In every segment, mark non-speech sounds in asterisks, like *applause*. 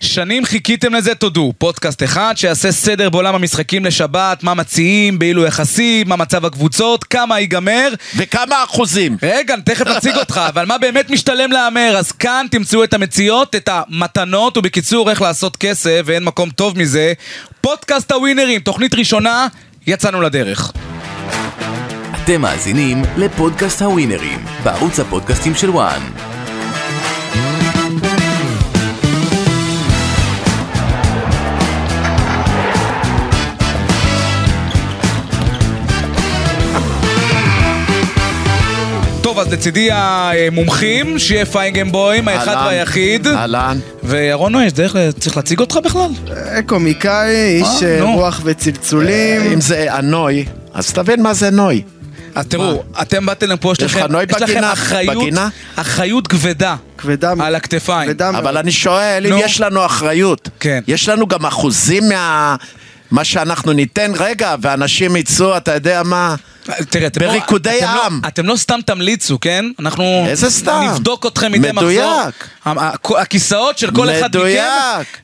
שנים חיכיתם לזה, תודו. פודקאסט אחד שיעשה סדר בעולם המשחקים לשבת, מה מציעים, באילו יחסים, מה מצב הקבוצות, כמה ייגמר. וכמה אחוזים? רגע, אני תכף אציג אותך, אבל מה באמת משתלם להמר? אז כאן תמצאו את המציאות, את המתנות, ובקיצור, איך לעשות כסף, ואין מקום טוב מזה. פודקאסט הווינרים, תוכנית ראשונה, יצאנו לדרך. אתם מאזינים לפודקאסט הווינרים, בערוץ הפודקאסטים של וואן. טוב, אז לצידי המומחים, שיהיה פיינגנבוים, האחד אהלן. והיחיד. אהלן. וירון נוי, יש דרך, ל- צריך להציג אותך בכלל? קומיקאי, איש אה, אה, נו. אה, רוח וצלצולים. אם זה אנוי, אז תבין מה זה אנוי. אז אה, תראו, אתם באתם לפה, יש יש לך לכם נוי יש לכם בגינה? אחריות- בגינה? אחריות כבדה כבדה. על הכתפיים. כבדה מאוד. אבל אני שואל, אם נו. יש לנו אחריות, כן. יש לנו גם אחוזים מה... מה שאנחנו ניתן, רגע, ואנשים יצאו, אתה יודע מה? תראה, אתם לא- בריקודי אתם לא- עם. אתם לא סתם תמליצו, כן? אנחנו... איזה סתם? נבדוק אתכם מדי מחזור. מדויק. המ- הכ- הכיסאות של כל אחד מכם מדויק.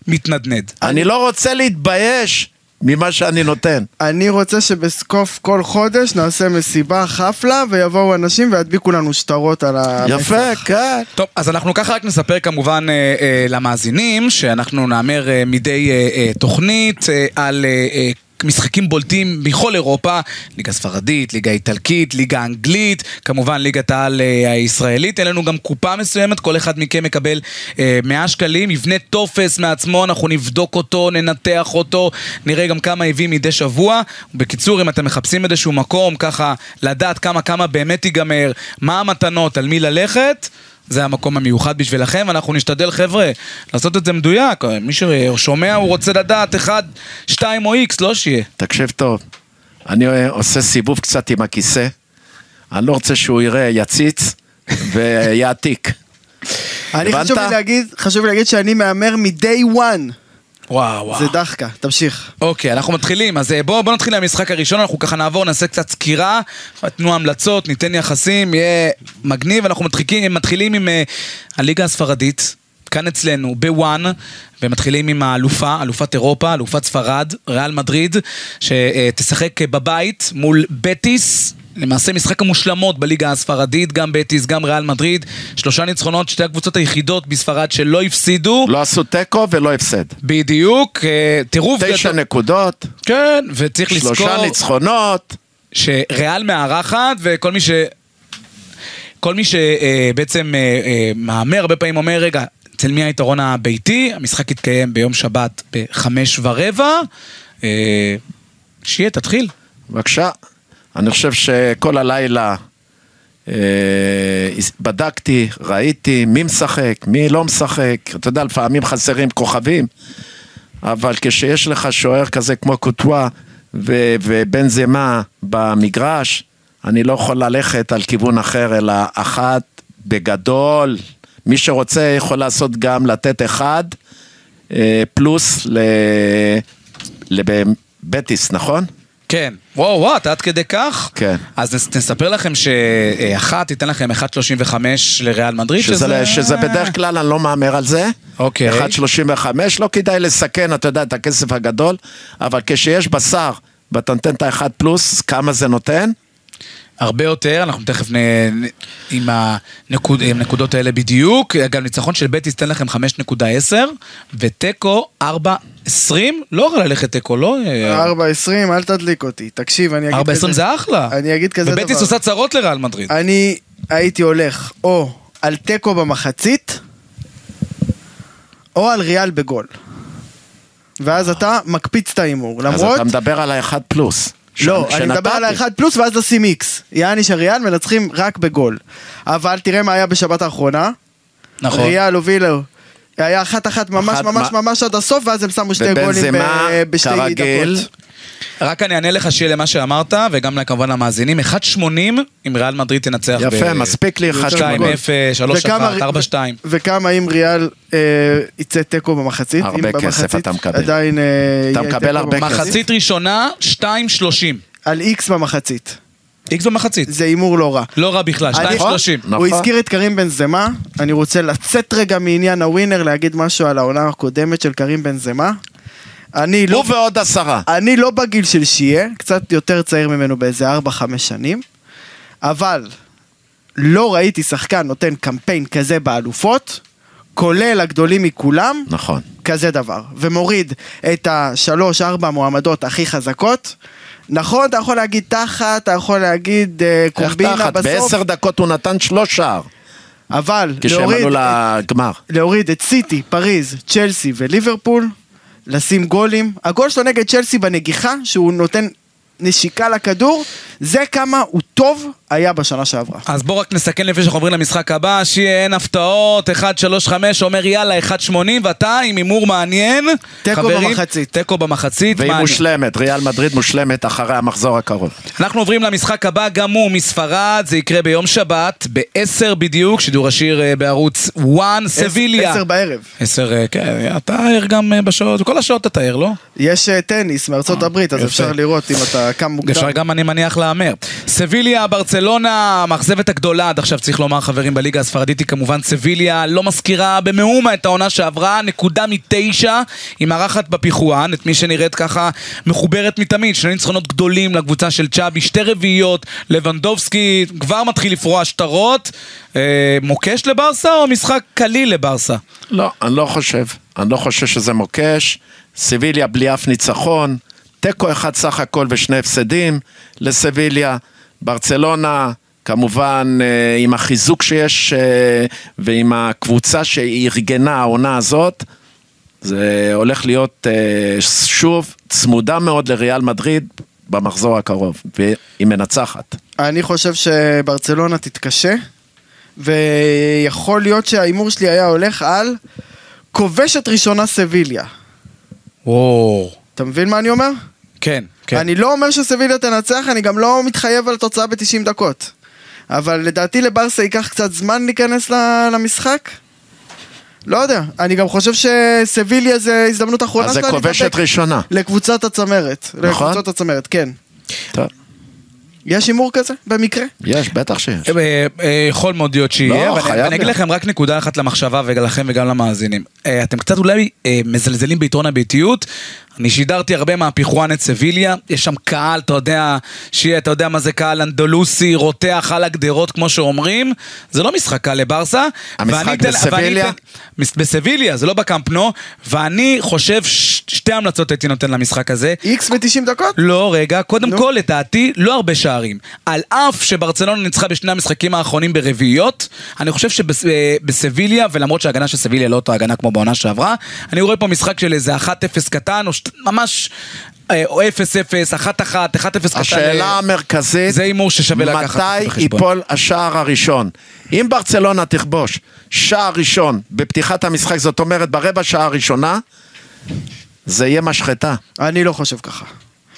מתנדנד. אני לא רוצה להתבייש ממה שאני נותן. אני רוצה שבסוף כל חודש נעשה מסיבה חפלה ויבואו אנשים וידביקו לנו שטרות על ה... יפה, כן. טוב, אז אנחנו ככה רק נספר כמובן אה, אה, למאזינים, שאנחנו נאמר אה, מדי אה, אה, תוכנית אה, על... אה, אה, משחקים בולטים מכל אירופה, ליגה ספרדית, ליגה איטלקית, ליגה אנגלית, כמובן ליגת העל אה, הישראלית, אין לנו גם קופה מסוימת, כל אחד מכם מקבל אה, 100 שקלים, יבנה טופס מעצמו, אנחנו נבדוק אותו, ננתח אותו, נראה גם כמה הביא מדי שבוע. בקיצור, אם אתם מחפשים איזשהו מקום, ככה לדעת כמה כמה באמת ייגמר, מה המתנות, על מי ללכת, זה המקום המיוחד בשבילכם, ואנחנו נשתדל, חבר'ה, לעשות את זה מדויק. מי ששומע, הוא רוצה לדעת 1, 2 או איקס, לא שיהיה. תקשיב טוב, אני אה, עושה סיבוב קצת עם הכיסא, אני לא רוצה שהוא יראה יציץ *laughs* ויעתיק. אני הבנת? חשוב לי להגיד, חשוב לי להגיד שאני מהמר מ-day one. וואו, וואו. זה דחקה, תמשיך. אוקיי, אנחנו מתחילים. אז אה, בואו בוא נתחיל מהמשחק הראשון, אנחנו ככה נעבור, נעשה קצת סקירה, תנו המלצות, ניתן יחסים, יהיה מגניב. אנחנו מתחילים, מתחילים עם אה, הליגה הספרדית, כאן אצלנו, בוואן, ומתחילים עם האלופה, אלופת אירופה, אלופת ספרד, ריאל מדריד, שתשחק בבית מול בטיס. למעשה משחק המושלמות בליגה הספרדית, גם בטיס, גם ריאל מדריד. שלושה ניצחונות, שתי הקבוצות היחידות בספרד שלא הפסידו. לא עשו תיקו ולא הפסד. בדיוק, אה, טירוף תשע נקודות, כן, וצריך לזכור שלושה ניצחונות, שריאל מארחת, וכל מי ש... כל מי שבעצם אה, מהמר הרבה פעמים אומר, רגע, אצל מי היתרון הביתי? המשחק יתקיים ביום שבת בחמש ורבע. אה, שיהיה, תתחיל. בבקשה. אני חושב שכל הלילה אה, בדקתי, ראיתי מי משחק, מי לא משחק. אתה יודע, לפעמים חסרים כוכבים, אבל כשיש לך שוער כזה כמו קוטואה ו- ובן זמה במגרש, אני לא יכול ללכת על כיוון אחר, אלא אחת בגדול. מי שרוצה יכול לעשות גם לתת אחד אה, פלוס ל- לבטיס, נכון? כן. וואו, וואו, אתה עד כדי כך? כן. אז נס- נספר לכם שאחת תיתן לכם 1.35 לריאל מדריד, שזה, שזה בדרך כלל, אני לא מהמר על זה. אוקיי. 1.35, לא כדאי לסכן, אתה יודע, את הכסף הגדול, אבל כשיש בשר ואתה נותן את האחד פלוס, כמה זה נותן? הרבה יותר, אנחנו תכף נ... נ- עם הנקוד... עם הנקודות האלה בדיוק. גם ניצחון של בטיס תן לכם 5.10, ותיקו 4.20, לא רע ללכת תיקו, לא? 4.20, אל תדליק אותי. תקשיב, אני אגיד 4.20 כזה. זה אחלה. אני אגיד כזה דבר. אה, ובטיס עושה צרות לריאל מדריד. אני הייתי הולך או על תיקו במחצית, או על ריאל בגול. ואז אתה מקפיץ את ההימור. אז למרות... אתה מדבר על האחד פלוס. ש- לא, אני שנתתי. מדבר על האחד פלוס ואז לשים איקס. יעני שריאל מנצחים רק בגול. אבל תראה מה היה בשבת האחרונה. נכון. ריאל הובילו. היה אחת אחת ממש אחת, ממש מה- ממש עד הסוף, ואז הם שמו שתי גולים ובנזמה, ב- בשתי כרגיל, דקות. רק אני אענה לך שיהיה למה שאמרת, וגם כמובן למאזינים, 1.80 אם ריאל מדריד תנצח ב... יפה, מספיק לי 1.80. 2-0, 3-1, וכמה- 4-2. ו- וכמה אם ריאל אה, יצא תיקו במחצית? הרבה אם במחצית כסף אתה מקבל. עדיין אה, אתה יהיה מקבל תיקו הרבה במחצית? מחצית ראשונה, 2.30. על איקס במחצית. איקס במחצית. זה הימור לא רע. לא רע בכלל, אני- 2.30. נכון. הוא הזכיר את קרים בן זמה, אני רוצה לצאת רגע מעניין הווינר, להגיד משהו על העונה הקודמת של קרים בן זמה. אני לא... הוא ועוד עשרה. אני לא בגיל של שיה, קצת יותר צעיר ממנו באיזה 4-5 שנים, אבל לא ראיתי שחקן נותן קמפיין כזה באלופות, כולל הגדולים מכולם, נכון. כזה דבר, ומוריד את השלוש-ארבע מועמדות הכי חזקות. נכון, אתה יכול להגיד תחת, אתה יכול להגיד אה, איך קומבינה תחת? בסוף, בעשר דקות הוא נתן שלוש שער, אבל כשהם להוריד עלו את לגמר. להוריד את סיטי, פריז, צ'לסי וליברפול, לשים גולים. הגול שלו נגד צ'לסי בנגיחה, שהוא נותן נשיקה לכדור, זה כמה הוא טוב היה בשנה שעברה. אז בואו רק נסכם לפני שאנחנו עוברים למשחק הבא, שיהיה אין הפתעות, 1.35 אומר יאללה 1.80 ואתה עם הימור מעניין. תיקו חברים, במחצית. תיקו במחצית. והיא מעניין. מושלמת, ריאל מדריד מושלמת אחרי המחזור הקרוב. אנחנו עוברים למשחק הבא, גם הוא מספרד, זה יקרה ביום שבת, ב-10 בדיוק, שידור השיר אה, בערוץ 1, סביליה. עשר בערב. 10, אה, כן, אתה ער גם אה, בשעות, כל השעות אתה ער, לא? יש אה, טניס מארצות הברית, אז יפה. אפשר לראות אם אתה קם מוקדם. אפשר גם אני מניח להמר. סביליה, ברצלונה, המאכזבת הגדולה עד עכשיו צריך לומר חברים בליגה הספרדית היא כמובן סביליה, לא מזכירה במאומה את העונה שעברה, נקודה מתשע, היא מארחת בפיחואן, את מי שנראית ככה מחוברת מתמיד, שני ניצחונות גדולים לקבוצה של צ'אבי, שתי רביעיות, לבנדובסקי כבר מתחיל לפרוע שטרות, אה, מוקש לברסה או משחק קליל לברסה? לא, אני לא חושב. אני לא חושב שזה מוקש. סיביליה בלי אף ניצחון. תיקו אחד סך הכל ושני הפסדים לסיביליה. ברצלונה, כמובן, אה, עם החיזוק שיש אה, ועם הקבוצה שארגנה העונה הזאת, זה הולך להיות אה, שוב צמודה מאוד לריאל מדריד במחזור הקרוב, והיא מנצחת. אני חושב שברצלונה תתקשה, ויכול להיות שההימור שלי היה הולך על כובשת ראשונה סביליה. וואו. אתה מבין מה אני אומר? כן, כן. כן. אני לא אומר שסביליה תנצח, אני גם לא מתחייב על תוצאה ב-90 דקות. אבל לדעתי לברסה ייקח קצת זמן להיכנס ל- למשחק. לא יודע, אני גם חושב שסביליה זה הזדמנות אחרונה אז זה שלה כובשת ראשונה. לקבוצת הצמרת. נכון. לקבוצת הצמרת, כן. טוב, יש הימור כזה? במקרה? יש, בטח שיש. אה, אה, יכול מאוד להיות שיהיה, לא, אבל חייב אני- אני אגיד להיות. לכם רק נקודה אחת למחשבה ולכם וגם למאזינים. אה, אתם קצת אולי אה, מזלזלים ביתרון הביתיות. אני שידרתי הרבה מהפיחואן את סביליה, יש שם קהל, אתה יודע, שיהיה, אתה יודע מה זה קהל אנדלוסי, רותח על הגדרות, כמו שאומרים. זה לא משחק קל לברסה. המשחק ואני אתן- ואני בסביליה? אתן- מס- בסביליה, זה לא בקמפנו, ואני חושב ש- שתי המלצות הייתי נותן למשחק הזה. איקס ב-90 דקות? לא, רגע, קודם נו. כל, לדעתי, לא הרבה שערים. על אף שברצלונה ניצחה בשני המשחקים האחרונים ברביעיות, אני חושב שבסביליה, ולמרות שההגנה של סביליה לא אותה הגנה כמו בעונה שעברה, אני רואה פה משחק של איזה 1-0 קטן, או שת- ממש... אה, או 0-0, 1-1, 1-0 קטן. השאלה אה, המרכזית, זה הימור ששווה לקחת מתי בחשבון. ייפול השער הראשון? אם ברצלונה תכבוש שער ראשון בפתיחת המשחק, זאת אומרת ברבע שעה הראשונה, זה יהיה משחטה. אני לא חושב ככה.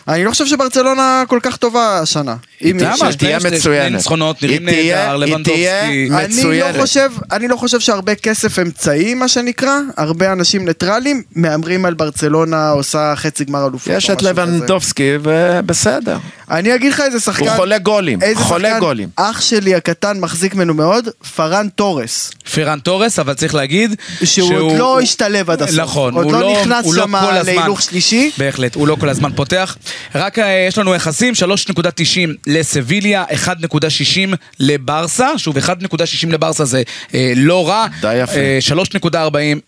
אני לא חושב שברצלונה כל כך טובה השנה. אם למה? יש- שני- היא תהיה שני מצוינת. ניצחונות, היא נראים תהיה- נהדר, היא לבנדובסקי. תהיה אני לא, מצוינת. חושב, אני לא חושב שהרבה כסף אמצעי, מה שנקרא, הרבה אנשים ניטרלים מהמרים על ברצלונה עושה חצי גמר אלופות. יש או את משהו לבנדובסקי, ובסדר. כזה. אני אגיד לך איזה שחקן... הוא חולה גולים, איזה חולה שחקן גולים. אח שלי הקטן מחזיק ממנו מאוד, פארן תורס. פרן תורס, אבל צריך להגיד שהוא עוד לא השתלב עד הסוף. נכון, עוד הוא לא לא נכנס הוא לא שמה כל הזמן- להילוך שלישי. בהחלט, הוא לא כל הזמן פותח. רק אה, יש לנו יחסים, 3.90 לסביליה, 1.60 לברסה, שוב, 1.60 לברסה זה אה, לא רע. די יפה. אה, 3.40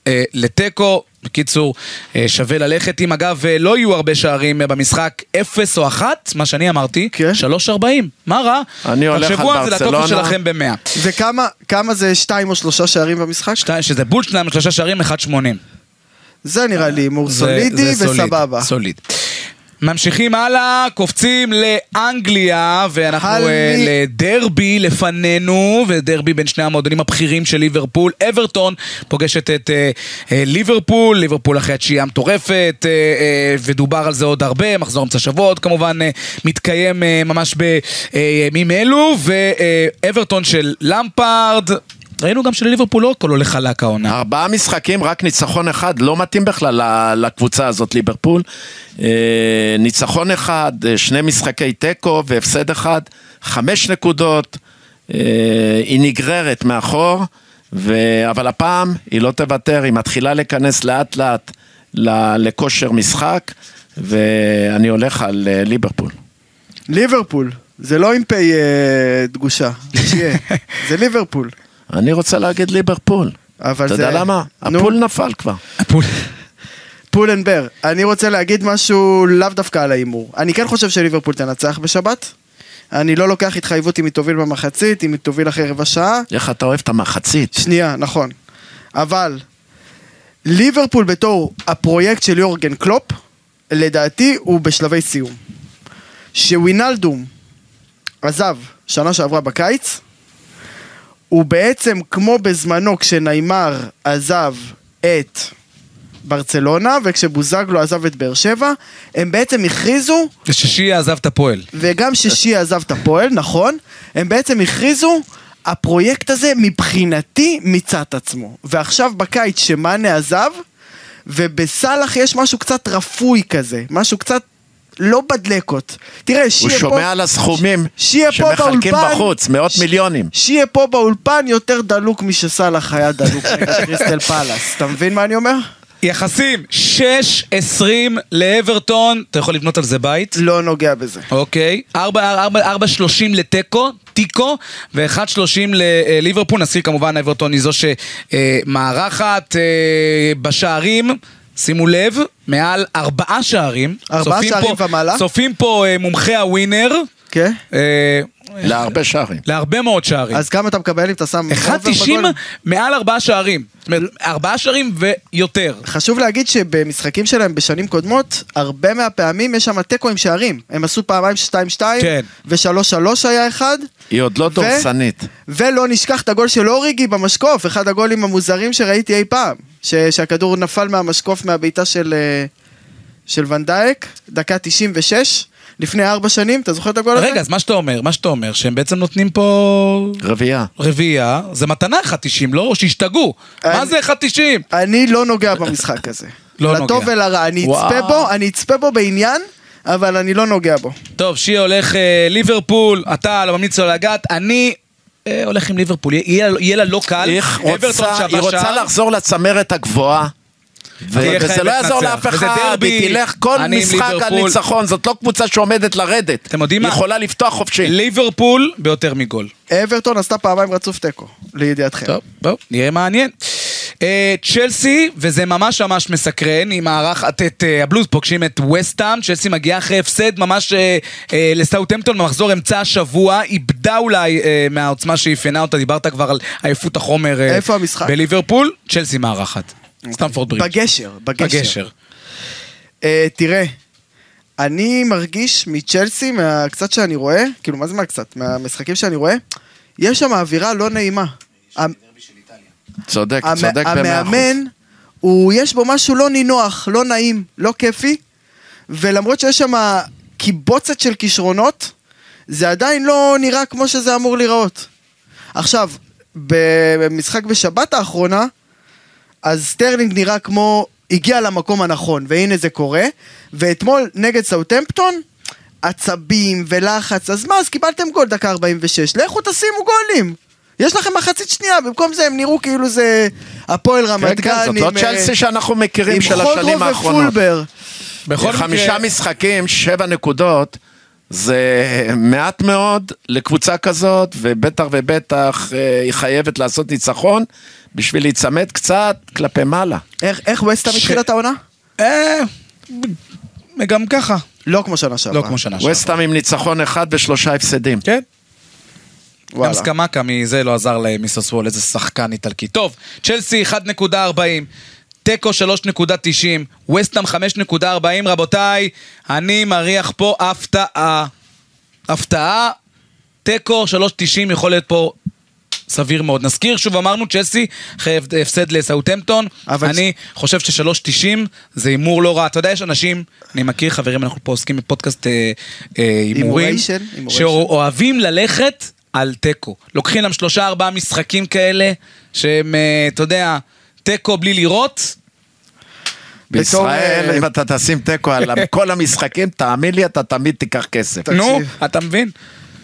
אה, לתיקו. בקיצור, אה, שווה ללכת אם אגב אה, לא יהיו הרבה שערים אה, במשחק 0 או 1, מה שאני אמרתי, כן. 3.40, מה רע? אני הולך על תחשבו על זה ברצלונה. לטופס שלכם ב-100. וכמה כמה זה שתיים או שלושה שערים במשחק? שזה בול שניים ושלושה שערים, 1.80. זה נראה לי הימור זה- סולידי זה סוליד, וסבבה. סוליד. ממשיכים הלאה, קופצים לאנגליה, ואנחנו הלי- אה, לדרבי לפנינו, ודרבי בין שני המועדונים הבכירים של ליברפול. אברטון פוגשת את אה, אה, ליברפול, ליברפול אחרי התשיעייה המטורפת, אה, אה, ודובר על זה עוד הרבה, מחזור אמצע שבועות כמובן אה, מתקיים אה, ממש בימים אלו, ואברטון של למפארד. ראינו גם שלליברפול לא הכל הולך חלק העונה. ארבעה משחקים, רק ניצחון אחד, לא מתאים בכלל ל- לקבוצה הזאת, ליברפול. אה, ניצחון אחד, אה, שני משחקי תיקו והפסד אחד, חמש נקודות, אה, היא נגררת מאחור, ו... אבל הפעם היא לא תוותר, היא מתחילה להיכנס לאט לאט ל- לכושר משחק, ואני הולך על אה, ליברפול. ליברפול, זה לא עם פ' אה, *laughs* דגושה, שיהיה. זה ליברפול. אני רוצה להגיד ליברפול. אבל אתה זה... יודע למה? נו, הפול נפל כבר. הפול- פולנבר. אני רוצה להגיד משהו לאו דווקא על ההימור. אני כן חושב שליברפול תנצח בשבת. אני לא לוקח התחייבות אם היא תוביל במחצית, אם היא תוביל אחרי רבע שעה. איך אתה אוהב את המחצית. שנייה, נכון. אבל ליברפול בתור הפרויקט של יורגן קלופ, לדעתי הוא בשלבי סיום. שווינלדום עזב שנה שעברה בקיץ, הוא בעצם כמו בזמנו כשניימר עזב את ברצלונה וכשבוזגלו עזב את באר שבע, הם בעצם הכריזו ושישי עזב את הפועל. וגם שישי עזב את הפועל, נכון, הם בעצם הכריזו, הפרויקט הזה מבחינתי מיצה את עצמו. ועכשיו בקיץ שמאנה עזב, ובסאלח יש משהו קצת רפוי כזה, משהו קצת לא בדלקות. תראה, הוא שיהיה פה... שומע על הסכומים שיהיה פה שמחלקים באולפן. בחוץ, מאות ש- מיליונים. שיהיה פה באולפן יותר דלוק משסאלח היה דלוק נגד קריסטל פאלאס. אתה מבין מה אני אומר? יחסים 6-20 לאברטון, אתה יכול לבנות על זה בית. לא נוגע בזה. אוקיי, 4-30 לתיקו, תיקו, ו-1.30 לליברפול, נזכיר כמובן אברטון היא זו שמארחת אה, בשערים. שימו לב, מעל ארבעה שערים. ארבעה צופים שערים פה- ומעלה. צופים פה אה, מומחי הווינר. כן? אה, להרבה שערים. להרבה מאוד שערים. אז כמה אתה מקבל אם אתה שם... אובר 1.90 בגול? מעל ארבעה שערים. זאת אומרת, ארבעה שערים ויותר. חשוב להגיד שבמשחקים שלהם בשנים קודמות, הרבה מהפעמים יש שם תיקו עם שערים. הם עשו פעמיים 2-2, כן. ו-3-3 היה אחד, היא עוד לא דורסנית. ולא נשכח את הגול של אוריגי במשקוף, אחד הגולים המוזרים שראיתי אי פעם. ש- שהכדור נפל מהמשקוף מהבעיטה של, אה, של ונדייק, דקה 96, לפני ארבע שנים, אתה זוכר את הגול הזה? רגע, אז מה שאתה אומר, מה שאתה אומר, שהם בעצם נותנים פה רביעייה. רביעייה, זה מתנה 1.90, לא? שהשתגעו. אני- מה זה 1.90? אני לא נוגע במשחק הזה. *laughs* לא לטוב נוגע. ולרע, אני אצפה וואו. בו, אני אצפה בו בעניין, אבל אני לא נוגע בו. טוב, שיהיה הולך אה, ליברפול, אתה לא ממליץ לו לגעת, אני אה, הולך עם ליברפול, יהיה- יהיה לה- יהיה לה לא קל. היא אברטון רוצה- שווה היא רוצה שער. לחזור לצמרת הגבוהה. ו- תהיה וזה חייבת לא יעזור לנצח. לאף וזה אחד, דרבי, היא תלך כל אני עם משחק על ליברפול. ניצחון, זאת לא קבוצה שעומדת לרדת. אתם יודעים היא מה? יכולה לפתוח חופשי. ליברפול ביותר מגול. אברטון עשתה פעמיים רצוף תיקו, לידיעתכם. טוב, טוב, נראה מעניין. אה, צ'לסי, וזה ממש ממש מסקרן, היא מארחת את אה, הבלוז, פוגשים את וסטאם, צ'לסי מגיעה אחרי הפסד ממש אה, אה, לסאוטהמפטון במחזור אמצע השבוע, איבדה אולי אה, מהעוצמה שאפיינה אותה, דיברת כבר על עייפות החומר אה, איפה המשחק? בליברפול, צ'לסי מארחת. סטמפורד ברידג'. בגשר, בגשר. בגשר. אה, תראה, אני מרגיש מצ'לסי, מהקצת שאני רואה, כאילו, מה זה מהקצת? מהמשחקים שאני רואה, יש שם אווירה לא נעימה. המ- צודק, המ- צודק במאה אחוז. המאמן, הוא, יש בו משהו לא נינוח, לא נעים, לא כיפי, ולמרות שיש שם קיבוצת של כישרונות, זה עדיין לא נראה כמו שזה אמור להיראות. עכשיו, במשחק בשבת האחרונה, אז סטרלינג נראה כמו הגיע למקום הנכון, והנה זה קורה, ואתמול נגד סאוטמפטון, עצבים ולחץ, אז מה, אז קיבלתם גול דקה 46, לכו תשימו גולים! יש לכם מחצית שנייה, במקום זה הם נראו כאילו זה הפועל רמת כן, גן כן, זאת עם, לא אה, צ'לסי שאנחנו מכירים עם של השנים חודרו האחרונות. ופולבר. בכל חמישה מקרה, משחקים, שבע נקודות, זה מעט מאוד לקבוצה כזאת, ובטח ובטח אה, היא חייבת לעשות ניצחון בשביל להיצמד קצת כלפי מעלה. איך, איך וסטהאם ש- התחילה את העונה? אה, גם ככה. לא כמו שנה שעברה. לא כמו שנה שעברה. ווסטהאם עם ניצחון אחד ושלושה הפסדים. כן. גם וואלה. סקמקה מזה לא עזר למיסוסוול, איזה שחקן איטלקי. טוב, צ'לסי 1.40, תיקו 3.90, וסטאם 5.40, רבותיי, אני מריח פה הפתעה. הפתעה, תיקו 3.90 יכול להיות פה סביר מאוד. נזכיר, שוב אמרנו, צ'לסי, אחרי הפסד לסאוטהמפטון, אבל- אני חושב ש-3.90 זה הימור לא רע. אתה יודע, יש אנשים, אני מכיר, חברים, אנחנו פה עוסקים בפודקאסט אה, אה, הימורים, הימוריישן, הימוריישן. שאוהבים ללכת על תיקו. לוקחים להם שלושה ארבעה משחקים כאלה, שהם, אה, אתה יודע, תיקו בלי לראות, בתור, בישראל, אה, אם אתה תשים תיקו על כל המשחקים, תאמין לי, אתה תמיד תיקח כסף. נו, אתה מבין?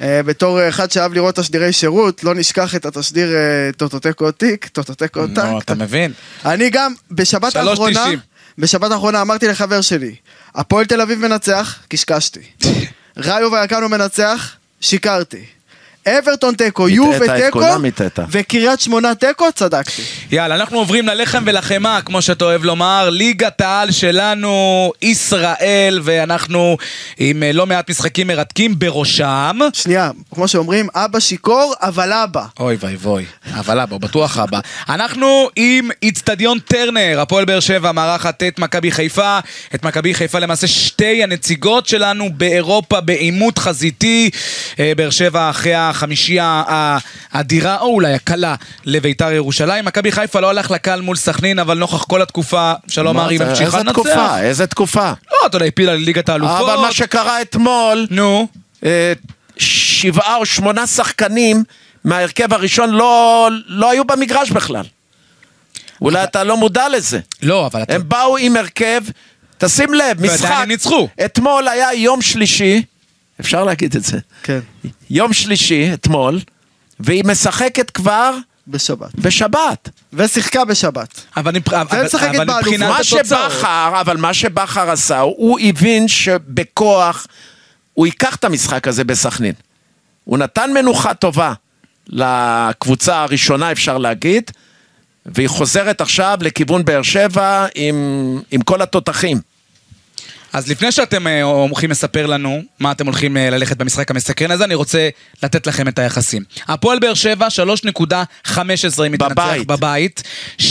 אה, בתור אה, אחד שאהב לראות תשדירי שירות, לא נשכח את התשדיר אה, טוטוטקו טיק, טוטוטקו טק. נו, אתה מבין? אני גם, בשבת שלוש האחרונה, תשעים. בשבת האחרונה אמרתי לחבר שלי, הפועל תל אביב מנצח, קשקשתי. *laughs* ראיו ויקנו מנצח, שיקרתי. אברטון תיקו, הטעית יו את ותיקו, כולם, הטעית. וקריית שמונה תיקו, צדקתי. יאללה, אנחנו עוברים ללחם ולחמאה, כמו שאתה אוהב לומר. ליגת העל שלנו, ישראל, ואנחנו עם אה, לא מעט משחקים מרתקים בראשם. שנייה, כמו שאומרים, אבא שיכור, אבל אבא. אוי ואבוי, אבל אבא, הוא בטוח אבא. אנחנו עם איצטדיון טרנר, הפועל באר שבע מארחת את מכבי חיפה. את מכבי חיפה למעשה שתי הנציגות שלנו באירופה בעימות חזיתי. אה, באר שבע אחרי החמישייה האדירה, או אולי הקלה, לביתר ירושלים. מכבי חיפה לא הלך לקל מול סכנין, אבל נוכח כל התקופה, שלום מה, ארי זה- ממשיכה איזה לנצח. תקופה, איזה תקופה. לא, אתה יודע, הפילה לליגת האלופות. אבל מה שקרה אתמול, נו. אה, שבעה או שמונה שחקנים מההרכב הראשון לא, לא היו במגרש בכלל. אולי אתה לא מודע לזה. לא, אבל אתה... הם באו עם הרכב, תשים לב, ועדיין משחק. הם ניצחו. אתמול היה יום שלישי, אפשר להגיד את זה, כן, יום שלישי, אתמול, והיא משחקת כבר בשבת. בשבת. ושיחקה בשבת. אבל מבח- אבל- משחקת אבל באלופות. מבחינת מה התוצאות... שבכר, אבל מה שבכר עשה, הוא הבין שבכוח הוא ייקח את המשחק הזה בסכנין. הוא נתן מנוחה טובה לקבוצה הראשונה, אפשר להגיד, והיא חוזרת עכשיו לכיוון באר שבע עם, עם כל התותחים. אז לפני שאתם אה, הולכים לספר לנו מה אתם הולכים אה, ללכת במשחק המסקרן הזה, אני רוצה לתת לכם את היחסים. הפועל באר שבע, 3.15 אם מתנצח בבית. בבית, 2.90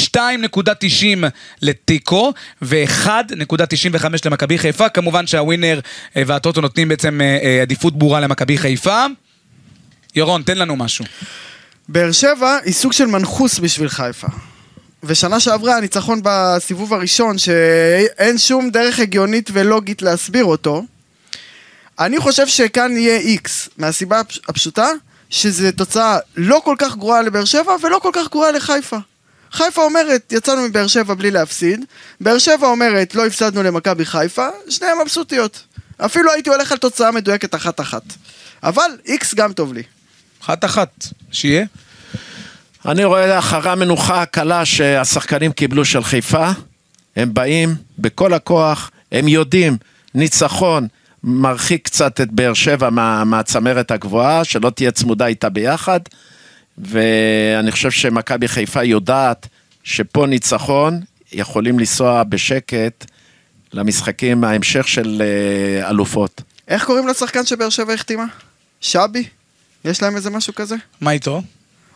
לתיקו, ו-1.95 למכבי חיפה. כמובן שהווינר אה, והטוטו נותנים בעצם אה, אה, עדיפות ברורה למכבי חיפה. ירון, תן לנו משהו. באר שבע היא סוג של מנחוס בשביל חיפה. ושנה שעברה הניצחון בסיבוב הראשון, שאין שום דרך הגיונית ולוגית להסביר אותו, אני חושב שכאן יהיה איקס, מהסיבה הפש- הפשוטה, שזו תוצאה לא כל כך גרועה לבאר שבע ולא כל כך גרועה לחיפה. חיפה אומרת, יצאנו מבאר שבע בלי להפסיד, באר שבע אומרת, לא הפסדנו למכבי חיפה, שניהם מבסוטיות. אפילו הייתי הולך על תוצאה מדויקת אחת-אחת. אבל איקס גם טוב לי. אחת-אחת, שיהיה. אני רואה אחרי המנוחה הקלה שהשחקנים קיבלו של חיפה, הם באים בכל הכוח, הם יודעים, ניצחון מרחיק קצת את באר שבע מה, מהצמרת הגבוהה, שלא תהיה צמודה איתה ביחד, ואני חושב שמכבי חיפה יודעת שפה ניצחון, יכולים לנסוע בשקט למשחקים, ההמשך של אה, אלופות. איך קוראים לשחקן שבאר שבע החתימה? שבי? יש להם איזה משהו כזה? מה איתו?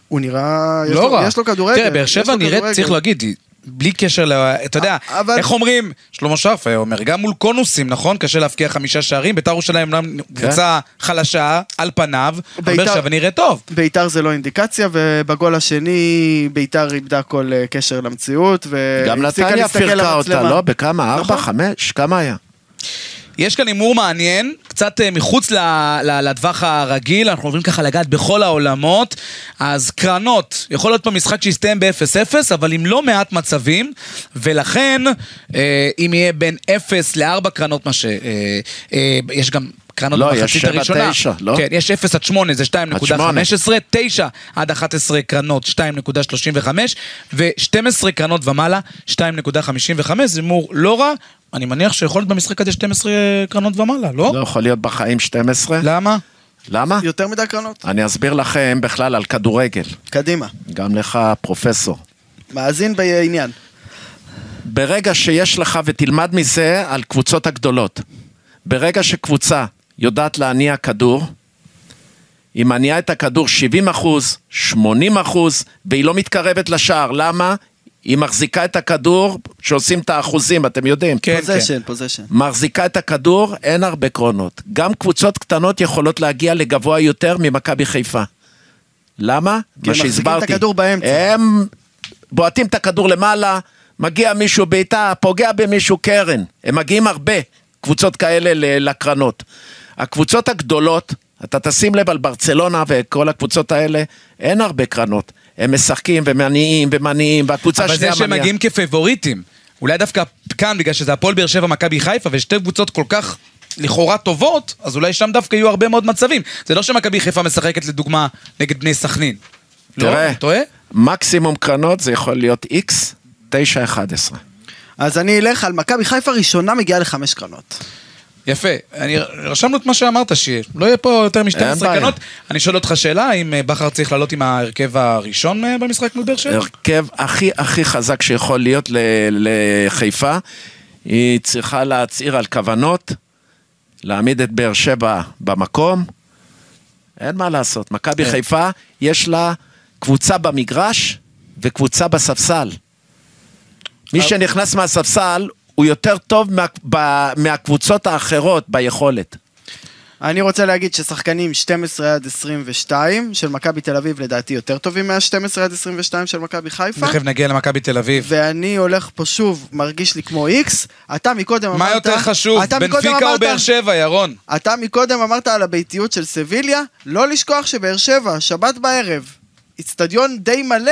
הוא נראה... יש לא לו, רע. יש לו כדורגל. תראה, באר יש שבע לו נראית, כדורגל. אה, צריך להגיד, היא- בלי קשר ל... אתה יודע, אבל- איך אומרים? שלמה שרפה אומר, גם מול קונוסים, נכון? קשה להבקיע חמישה שערים. ביתר ירושלים אמנם קבוצה חלשה, על פניו, אבל באר כן. ביתר- שבע נראית טוב. ביתר זה לא אינדיקציה, ובגול השני ביתר איבדה כל אה, קשר למציאות, גם והפסיקה נתניה אה, להסתכל פירקה למצלמה. אותה, לא? בכמה? ארבע? נכון. חמש? כמה היה? יש כאן הימור מעניין, קצת אה, מחוץ ל- ל- לטווח הרגיל, אנחנו עוברים ככה לגעת בכל העולמות. אז קרנות, יכול להיות פה משחק שיסתיים ב-0-0, אבל עם לא מעט מצבים, ולכן, אה, אם יהיה בין 0 ל-4 קרנות, מה ש... אה, אה, יש גם... קרנות לא, יש במחצית שבע, הראשונה. תשע, לא? כן, יש 0 עד 8, זה 2.15, 9 עד 11 קרנות, 2.35, ו-12 קרנות ומעלה, 2.55, זה הימור לא רע. אני מניח שיכול להיות במשחק הזה 12 קרנות ומעלה, לא? לא יכול להיות בחיים 12? לא. למה? למה? יותר מדי קרנות. אני אסביר לכם בכלל על כדורגל, קדימה. גם לך פרופסור. מאזין בעניין. כן, ברגע שיש לך, ותלמד מזה על קבוצות הגדולות, ברגע שקבוצה יודעת להניע כדור, היא מניעה את הכדור 70 אחוז, 80 אחוז, והיא לא מתקרבת לשער. למה? היא מחזיקה את הכדור שעושים את האחוזים, אתם יודעים. כן, כן. פוזיישן, פוזיישן. מחזיקה את הכדור, אין הרבה קרונות. גם קבוצות קטנות יכולות להגיע לגבוה יותר ממכבי חיפה. למה? כי הם מה מחזיקים שהסברתי. את הכדור באמצע. הם בועטים את הכדור למעלה, מגיע מישהו בעיטה, פוגע במישהו קרן. הם מגיעים הרבה, קבוצות כאלה ל- לקרנות. הקבוצות הגדולות, אתה תשים לב על ברצלונה וכל הקבוצות האלה, אין הרבה קרנות. הם משחקים ומניעים ומניעים, והקבוצה אבל השנייה זה שהם מגיעים כפבוריטים. אולי דווקא כאן, בגלל שזה הפועל באר שבע, מכבי חיפה, ושתי קבוצות כל כך לכאורה טובות, אז אולי שם דווקא יהיו הרבה מאוד מצבים. זה לא שמכבי חיפה משחקת לדוגמה נגד בני סכנין. לא? תראה, אני טועה? מקסימום קרנות זה יכול להיות איקס, 9-11. אז אני אלך על מכבי חיפה ראשונה מגיעה לחמש קרנות. יפה, אני, רשמנו את מה שאמרת, שלא יהיה פה יותר מ-12 אין בעיה. סכנות. אני שואל אותך שאלה, האם אה, בכר צריך לעלות עם ההרכב הראשון אה, במשחק מול באר שבע? הרכב הכי הכי חזק שיכול להיות ל- לחיפה, היא צריכה להצהיר על כוונות, להעמיד את באר שבע במקום. אין מה לעשות, כן. מכבי חיפה יש לה קבוצה במגרש וקבוצה בספסל. מי שנכנס מהספסל הוא יותר טוב מה, ב, מהקבוצות האחרות ביכולת. אני רוצה להגיד ששחקנים 12 עד 22 של מכבי תל אביב לדעתי יותר טובים מה-12 עד 22 של מכבי חיפה. תכף נגיע למכבי תל אביב. ואני הולך פה שוב, מרגיש לי כמו איקס. אתה מקודם אמרת... מה יותר חשוב, אתה מקודם בנפיקה או אמרת- באר שבע, ירון? אתה מקודם אמרת על הביתיות של סביליה, לא לשכוח שבאר שבע, שבת בערב, איצטדיון די מלא,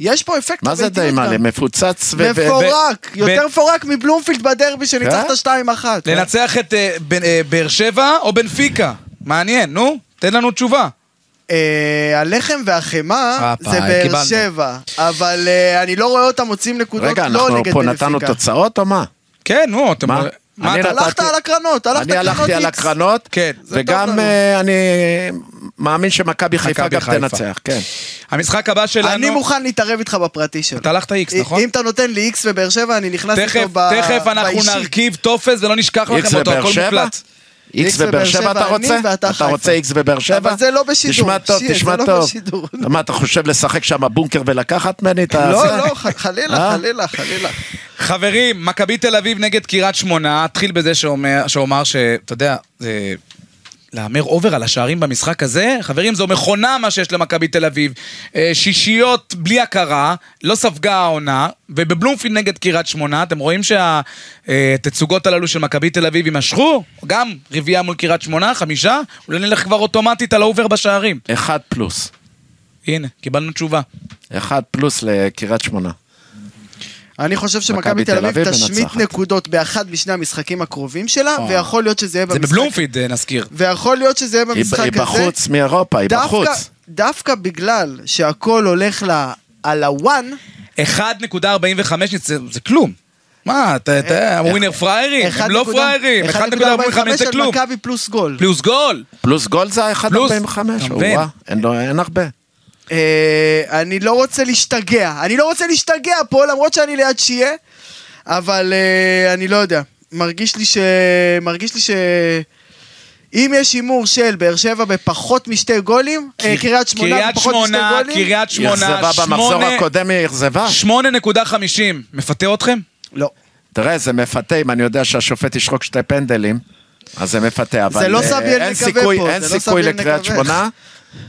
יש פה אפקט מה זה הביתיות די מלא? גם. מפוצץ ו... ו- מפורק, ב- יותר ב- מפורק מבלומפילד כן? בדרבי שניצחת 2-1. לנצח את אה, בן- אה, באר שבע או בנפיקה? מעניין, נו, תן לנו תשובה. אה, הלחם והחמאה הפה, זה באר קיבלנו. שבע, אבל אה, אני לא רואה אותם מוצאים נקודות רגע, לא אנחנו נגד פה נתנו בנפיקה. תוצאות או מה? כן, נו, אתם... מה? מה אני לא- אתה... נתתי- הלכת על הקרנות, הלכת אני על הקרנות הלכתי על איקס. הקרנות, כן, זה טוב וגם לנו. אה, אני מאמין שמכבי חיפה מכבי גם חיפה. תנצח, כן. המשחק הבא שלנו... אני מוכן להתערב איתך בפרטי שלו. אתה הלכת איקס, אם- נכון? אם אתה נותן לי איקס ובאר שבע, אני נכנס תכף, איתו ב- תכף אנחנו באישי. נרכיב טופס ולא נשכח איקס לכם אותו, לבאר הכל שבע? מוקלט. איקס ובאר שבע אתה אני רוצה? ואתה אתה חיפה. רוצה איקס ובאר שבע? זה לא בשידור, תשמע טוב, שיר, תשמע זה לא טוב. בשידור. מה, אתה חושב לשחק שם בבונקר ולקחת ממני את ה... לא, זה? לא, ח- חלילה, אה? חלילה, חלילה. חברים, מכבי תל אביב נגד קריית שמונה, התחיל בזה שאומר, שאומר שאתה יודע, זה... להמר אובר על השערים במשחק הזה, חברים, זו מכונה מה שיש למכבי תל אביב. אה, שישיות בלי הכרה, לא ספגה העונה, ובבלומפילד נגד קריית שמונה, אתם רואים שהתצוגות הללו של מכבי תל אביב יימשכו? גם רביעייה מול קריית שמונה, חמישה, אולי נלך כבר אוטומטית על האובר בשערים. אחד פלוס. הנה, קיבלנו תשובה. אחד פלוס לקריית שמונה. אני חושב שמכבי תל אביב תשמיט מנצחת. נקודות באחד משני המשחקים הקרובים שלה, ויכול להיות שזה יהיה זה במשחק... בבלומפילד, אה, נזכיר. ויכול להיות שזה יהיה היא במשחק היא הזה. בחוץ מאירופה, היא דווקא- בחוץ. דווקא בגלל שהכל הולך ל... על הוואן, 1.45 זה, זה כלום. מה, אתה, אה, אתה, הווינר פראיירים? הם לא פראיירים. 1.45 זה כלום. מכבי פלוס גול. פלוס גול. פלוס גול זה פלוס. 1.45, אתה או, וואו, מבין? אין לו- אין הרבה. אה, אני לא רוצה להשתגע. אני לא רוצה להשתגע פה, למרות שאני ליד שיהיה, אבל אה, אני לא יודע. מרגיש לי ש... מרגיש לי ש... אם יש הימור של באר שבע בפחות משתי גולים, אה, קריית שמונה קריית בפחות משתי שמונה, גולים, קריית היא שמונה, אכזבה במחזור שמונה- הקודם, היא אכזבה. 8.50. מפתה אתכם? לא. תראה, זה מפתה אם אני יודע שהשופט ישרוק שתי פנדלים, אז זה מפתה, אבל לא אה, סביאל אין נקווה סיכוי, פה, אין זה לא סיכוי סביאל לקריית נקווה. שמונה,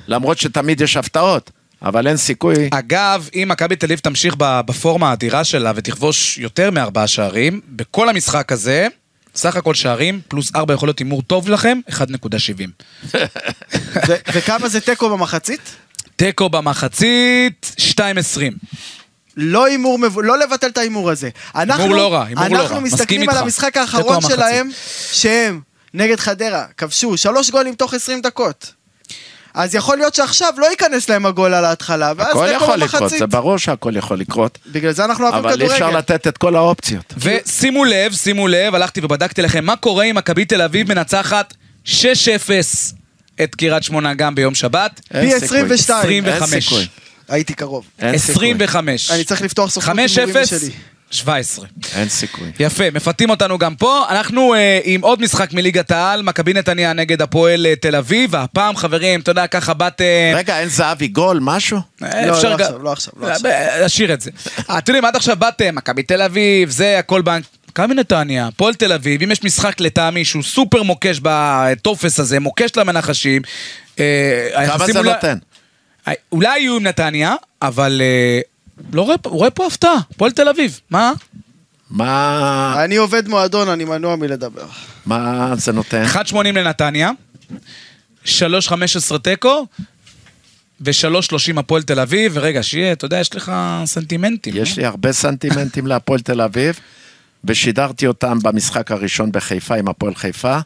למרות שתמיד יש הפתעות, אבל אין סיכוי. אגב, אם מכבי תל אביב תמשיך ב- בפורמה האדירה שלה ותכבוש יותר מארבעה שערים, בכל המשחק הזה, סך הכל שערים, פלוס ארבע יכול להיות הימור טוב לכם, 1.70. ו- וכמה זה תיקו במחצית? תיקו במחצית, 2.20. לא הימור, מב- לא לבטל את ההימור הזה. אנחנו, לא רע, הימור לא רע. אנחנו מסכים מסתכלים על איתך. המשחק תיקו האחרון המחצית. שלהם, שהם נגד חדרה, כבשו שלוש גולים תוך 20 דקות. אז יכול להיות שעכשיו לא ייכנס להם הגול על ההתחלה, ואז הכל תיקו יכול לקרות, זה במחצית. ברור שהכל יכול לקרות, בגלל זה אנחנו אוהבים אבל אי אפשר כדורגל. לתת את כל האופציות. ושימו לב, שימו לב, הלכתי ובדקתי לכם מה קורה אם מכבי תל אביב מנצחת 6-0 את קריית שמונה גם ביום שבת. אין פי סיכוי. אה, 22. אין 25. סיכוי. הייתי קרוב. אין סיכוי. 25. אני צריך לפתוח סוכנות 5-0, הימורים שלי. 17. אין סיכוי. יפה, מפתים אותנו גם פה. אנחנו אה, עם עוד משחק מליגת העל, מכבי נתניה נגד הפועל אה, תל אביב, והפעם, חברים, אתה יודע, ככה אה, באתם... רגע, אין זהבי גול, משהו? אה, לא, אפשר לא גם- עכשיו, לא עכשיו, לא אה, עכשיו. אה, להשאיר את זה. אתם יודעים, עד עכשיו באתם, מכבי תל אביב, זה, הכל בנק. מכבי נתניה, הפועל תל אביב, אם יש משחק לטעמי שהוא סופר מוקש בטופס הזה, מוקש למנחשים, אה, כמה היחסים זה אולי- נותן? אה, אולי יהיו עם נתניה, אבל אה, לא רואה פה- הוא רואה פה הפתעה, הפועל תל אביב, מה? אה? מה אני עובד מועדון, אני מנוע מלדבר. מה זה נותן? 1.80 לנתניה, 2.20 3-15 תיקו, ו-3-30 הפועל תל אביב, ורגע, שיהיה, אתה יודע, יש לך סנטימנטים. אה? יש לי הרבה סנטימנטים להפועל תל אביב, ושידרתי אותם במשחק הראשון בחיפה עם הפועל חיפה,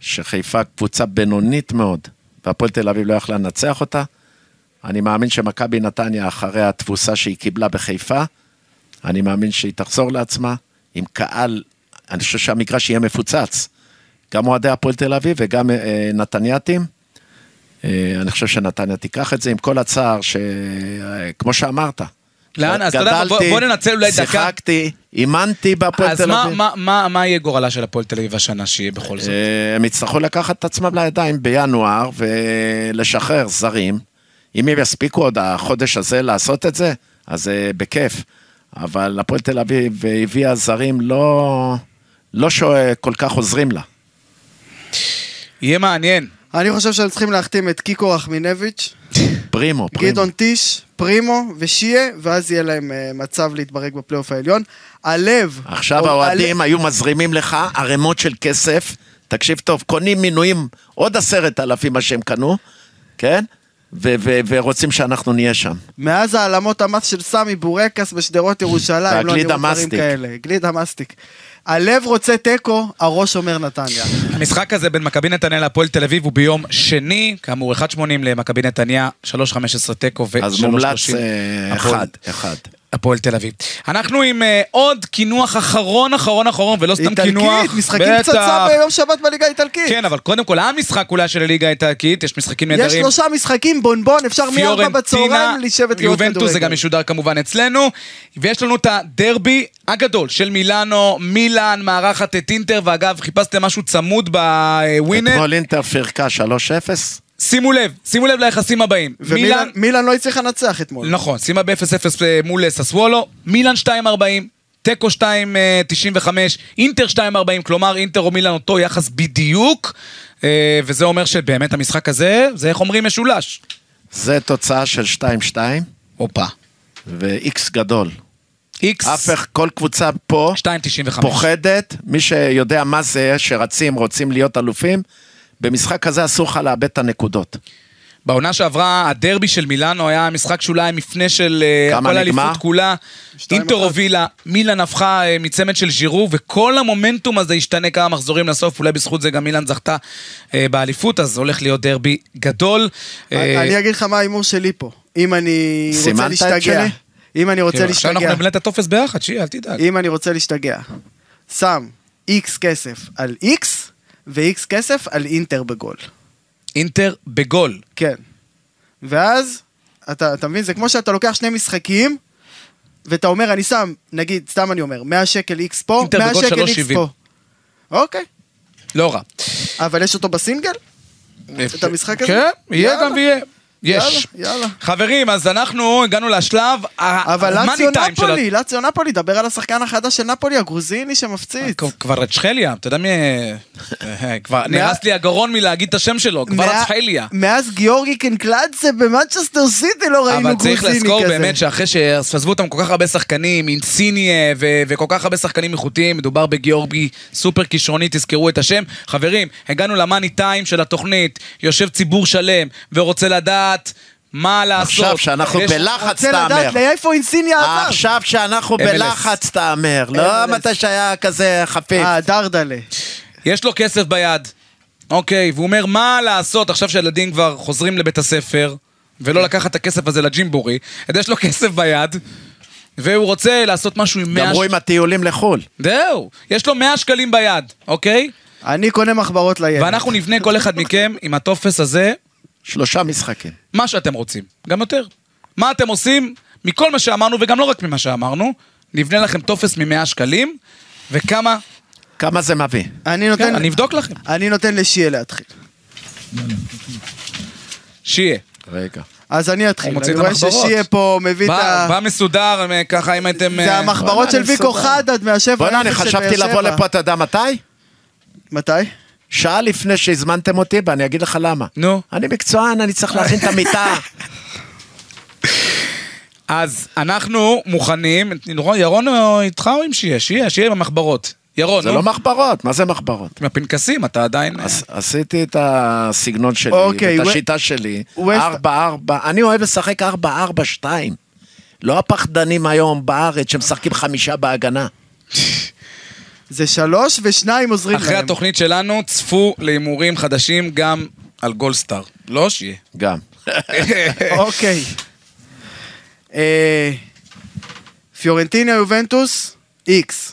שחיפה קבוצה בינונית מאוד, והפועל תל אביב לא יכלה לנצח אותה. אני מאמין שמכבי נתניה, אחרי התבוסה שהיא קיבלה בחיפה, אני מאמין שהיא תחזור לעצמה, עם קהל, אני חושב שהמגרש יהיה מפוצץ. גם אוהדי הפועל תל אביב וגם אה, נתנייתים. אה, אני חושב שנתניה תיקח את זה עם כל הצער, שכמו שאמרת. לאן? אז אתה יודע מה, בוא- גדלתי, בוא ננצל אולי דקה. שיחקתי, אימנתי בהפועל אז תל אביב. מה, מה, מה, מה יהיה גורלה של הפועל תל אביב השנה שיהיה בכל זאת? אה, הם יצטרכו לקחת את עצמם לידיים בינואר ולשחרר זרים. אם הם יספיקו עוד החודש הזה לעשות את זה, אז אה, בכיף. אבל הפועל תל אביב אה, הביאה זרים לא, לא שכל כך עוזרים לה. יהיה מעניין. אני חושב שהם צריכים להחתים את קיקו רחמינביץ', פרימו, פרימו. גדעון טיש, פרימו ושיה, ואז יהיה להם אה, מצב להתברג בפלייאוף העליון. הלב... עכשיו או- האוהדים היו מזרימים לך ערימות של כסף, תקשיב טוב, קונים מינויים עוד עשרת אלפים מה שהם קנו, כן? ו- ו- ורוצים שאנחנו נהיה שם. מאז העלמות המס של סמי בורקס בשדרות ירושלים, לא והגלידה נראו דברים מסטיק. כאלה. גלידה מסטיק. הלב רוצה תיקו, הראש אומר נתניה. המשחק הזה בין מכבי נתניה להפועל תל אביב הוא ביום שני, כאמור 1.80 למכבי נתניה, 3.15 תיקו ו-3.30 אז מומלץ אה, הפועל- אחד, אחד. הפועל תל אביב. אנחנו עם אה, עוד קינוח אחרון, אחרון, אחרון, ולא *laughs* סתם קינוח. איטלקית, משחקים בטח. פצצה ביום שבת בליגה האיטלקית. כן, אבל קודם כל, המשחק אולי של הליגה האיטלקית, יש משחקים יש נהדרים. שלושה משחקים, בונבון, אפשר מארבע בצהריים לשבת לראות כדורגל. יובנטוס זה גם ישודר כמובן אצלנו. ויש לנו את הדרבי הגדול של מילאנו, מילאן, מארחת את אינטר, ואגב, חיפשתם משהו צמוד בווינר. אתמול אינטר פירקה 3-0. שימו לב, שימו לב ליחסים הבאים. מילאן... ומילן לא הצליחה לנצח אתמול. נכון, סיימה ב-0-0 אה, מול אה, ססוולו, מילאן 2.40, תיקו 2.95, אינטר 2.40, כלומר אינטר או מילאן אותו יחס בדיוק, אה, וזה אומר שבאמת המשחק הזה, זה איך אומרים משולש. זה תוצאה של 2-2 הופה. ו-X גדול. איקס, אף אחד, כל קבוצה פה 2.95. פוחדת, מי שיודע מה זה שרצים, רוצים להיות אלופים, במשחק הזה אסור לך לאבד את הנקודות. בעונה שעברה, הדרבי של מילאנו היה משחק שוליים מפנה של אה, כמה כל נגמר? האליפות כולה. שתיים אינטר אחת. הובילה, מילאן הפכה אה, מצמד של ז'ירו, וכל המומנטום הזה השתנה כמה מחזורים לסוף, אולי בזכות זה גם מילאן זכתה אה, באליפות, אז הולך להיות דרבי גדול. אה, אני אגיד לך מה ההימור שלי פה. אם אני רוצה סימנת את להשתגע. שלי? אם אני רוצה כאילו, עכשיו אנחנו להשתגע. נמלא את הטופס ביחד, שיהיה, אל תדאג. אם אני רוצה להשתגע. שם איקס כסף על איקס, ואיקס כסף על אינטר בגול. אינטר בגול. כן. ואז, אתה, אתה מבין, זה כמו שאתה לוקח שני משחקים, ואתה אומר, אני שם, נגיד, סתם אני אומר, 100 שקל איקס פה, אינטר 100 בגול שקל איקס 3.70. פה. אוקיי, לא רע. אבל יש אותו בסינגל? אה, את המשחק הזה? כן, יהיה יאללה. גם ויהיה. יש. יאללה, יאללה. חברים, אז אנחנו הגענו לשלב ה- אבל המאני לאציו טיים של ה- נפולי, לאציו נפולי, דבר על השחקן החדש של נפולי, הגרוזיני שמפציץ. כבר- כבר רצ'חליה, אתה יודע מי... אה, כבר נהרס לי הגרון מלהגיד את השם שלו, כבר מאה- רצ'חליה. מאז גיאורגי קנקלדזה במנצ'סטר סיטי לא ראינו אבל גרוזיני כזה. צריך לזכור באמת שאחרי שעזבו אותם כל כך הרבה שחקנים, אינסיניה ו- וכל כך הרבה שחקנים איכותיים, מדובר בגיאורגי סופר כישרוני, תזכרו את השם. חברים, הגענו למאני טיים של התוכנית, יושב ציבור שלם ורוצה לדעת מה לעשות. עכשיו שאנחנו יש- בלחץ, רוצה לדעת תהמר. לאיפה אינסיניה עבר. עכשיו שאנחנו MLS. בלחץ, תהמר. MLS. לא מתי שהיה כזה חפיף. אה, דרדלה. יש לו כסף ביד, אוקיי, והוא אומר מה לעשות עכשיו שהילדים כבר חוזרים לבית הספר, ולא לקחת את הכסף הזה לג'ימבורי, אז יש לו כסף ביד, והוא רוצה לעשות משהו עם 100 גמרו שקלים. עם הטיולים לחו"ל. זהו, יש לו 100 שקלים ביד, אוקיי? אני קונה מחברות לילד. ואנחנו נבנה כל אחד מכם עם הטופס הזה שלושה משחקים. מה שאתם רוצים, גם יותר. מה אתם עושים מכל מה שאמרנו, וגם לא רק ממה שאמרנו, נבנה לכם טופס מ-100 שקלים, וכמה... כמה זה מביא? אני נותן... כן, אני אבדוק לכם. אני נותן לשיה להתחיל. שיהיה. רגע. אז אני אתחיל. הוא מוציא אני את רואה המחברות. ששיה פה מביא את בא ה... בא מסודר, אה, ככה אם הייתם... זה אה, המחברות של אני ויקו מסודר. חדד מהשבע... בוא'נה, אני אפס של חשבתי באר לבוא שבע. לפה, אתה יודע מתי? מתי? שעה לפני שהזמנתם אותי, ואני אגיד לך למה. נו. אני מקצוען, אני צריך להכין את המיטה. אה, אז אנחנו מוכנים, נכון, ירון או איתך או עם שיהיה? שיהיה, שיהיה עם המחברות. ירון, *laughs* זה נו. לא מחברות, מה זה מחברות? עם הפנקסים אתה עדיין... אה, אז עשיתי את הסגנון שלי, אוקיי, ואת הוא- השיטה שלי. הוא אף- 4-4, אני אוהב לשחק 4-4-2. לא הפחדנים היום בארץ שמשחקים חמישה בהגנה. זה שלוש ושניים עוזרים אחרי להם. התוכנית שלנו, צפו להימורים חדשים גם על גולדסטאר. לא *laughs* שיהיה. גם. *laughs* אוקיי. אה, פיורנטינה יובנטוס, איקס.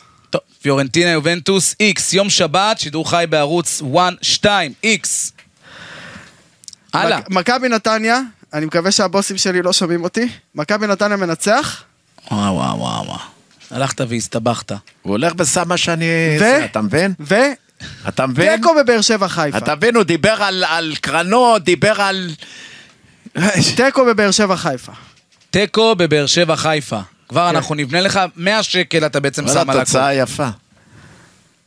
*laughs* טוב, פיורנטינה יובנטוס, איקס, יום שבת, שידור חי בערוץ 1-2, איקס. הלאה. מק- מכבי נתניה, אני מקווה שהבוסים שלי לא שומעים אותי. מכבי נתניה מנצח, וואו, וואו, וואו. וואו. הלכת והסתבכת. הוא הולך ושם מה שאני... ו- אתה מבין? ותיקו אתה מבין? בבאר שבע חיפה. אתה מבין, הוא דיבר על- על קרנות, דיבר על... תיקו בבאר שבע חיפה. תיקו בבאר שבע חיפה. כבר כן. אנחנו נבנה לך 100 שקל אתה בעצם וואלה, שם על הכל. תוצאה יפה.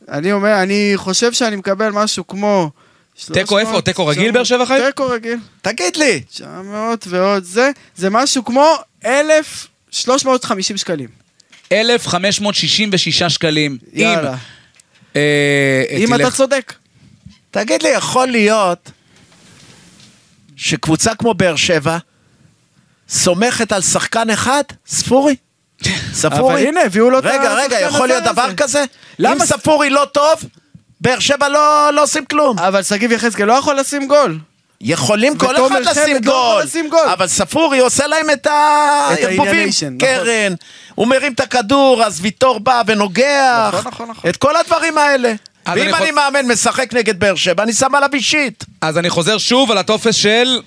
אני אומר, אני חושב שאני מקבל משהו כמו... תיקו איפה? 300, תיקו רגיל 900, באר שבע חיפה? תיקו רגיל. תגיד לי, 900 ועוד זה, זה משהו כמו 1,350 שקלים. 1,566 שקלים. יאללה. אם, אה, אם תלך- אתה צודק. תגיד לי, יכול להיות שקבוצה כמו באר שבע סומכת על שחקן אחד? ספורי? ספורי? אבל הנה, הביאו לו את רגע, השחקן רגע, הזה, יכול להיות דבר הזה. כזה? למה אם ס- ספורי לא טוב, באר שבע לא לא עושים כלום. אבל שגיב יחזקאל לא יכול לשים גול. יכולים כל ותומר אחד חמד לשים לא יכול גול, לשים גול. אבל ספורי עושה להם את את נכון. הערבובים, ה-alienation, קרן, הוא מרים את הכדור, אז ויטור בא ונוגח, נכון, נכון, נכון. את כל הדברים האלה. אז אני ואם יכול- אני מאמן משחק נגד באר שבע, אני שם עליו אישית. אז אני חוזר שוב על הטופס של...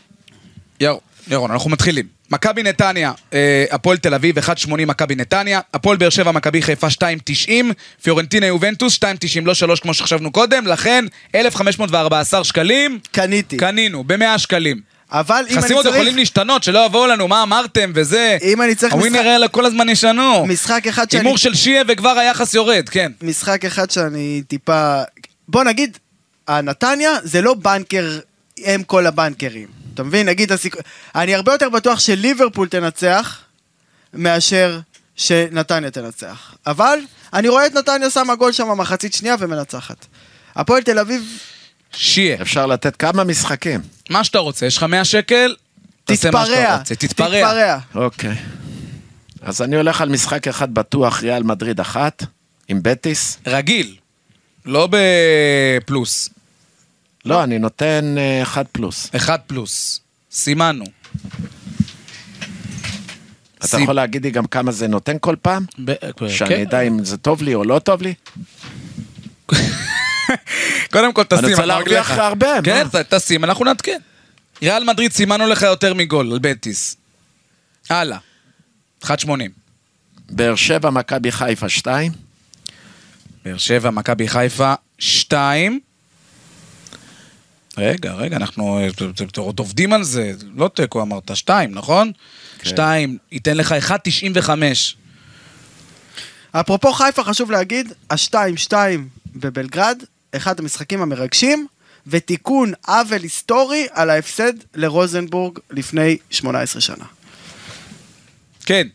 יר... ירון, אנחנו מתחילים. מכבי נתניה, אה, הפועל תל אביב, 1.80 מכבי נתניה, הפועל באר שבע, מכבי חיפה, 2.90, פיורנטינה יובנטוס, 2.90, לא 3 כמו שחשבנו קודם, לכן 1,514 שקלים, קניתי. קנינו, ב-100 שקלים. אבל אם אני חסים עוד יכולים צריך להשתנות, שלא יבואו לנו, מה אמרתם וזה. אם אני צריך הווינר משחק- האלה כל הזמן ישנו. משחק אחד שאני... הימור של שיה וכבר היחס יורד, כן. משחק אחד שאני טיפה... בוא נגיד, הנתניה זה לא בנקר הם כל הבנקרים. אתה מבין? נגיד, הסיכ... אני הרבה יותר בטוח שליברפול תנצח מאשר שנתניה תנצח. אבל אני רואה את נתניה שמה גול שם מחצית שנייה ומנצחת. הפועל תל אביב שיה, אפשר לתת כמה משחקים. מה שאתה רוצה, יש לך 100 שקל, תעשה מה שאתה תתפרע. רוצה, תתפרע. אוקיי. אז אני הולך על משחק אחד בטוח, ריאל מדריד אחת, עם בטיס. רגיל, לא בפלוס, לא, אני נותן אה, אחד פלוס. אחד פלוס. סימנו. אתה סיב- יכול להגיד לי גם כמה זה נותן כל פעם? ב- כן. שאני אדע אם זה טוב לי או לא טוב לי? קודם כל תשים, אני אנחנו רוצה רק להרוויח לך. הרבה, כן, מה? ת- תשים, אנחנו נעדכן. ריאל מדריד סימנו לך יותר מגול, על בטיס. הלאה. 1.80. באר שבע, מכבי חיפה, שתיים. באר שבע, מכבי חיפה, 2. רגע, רגע, אנחנו אה, ת- ת- עוד עובדים על זה. לא תיקו אמרת, 2, נכון? כן. 2, ייתן לך 1.95. אפרופו חיפה, חשוב להגיד, ה-2-2 בבלגרד, אחד המשחקים המרגשים, ותיקון עוול היסטורי על ההפסד לרוזנבורג לפני 18 שנה. כן.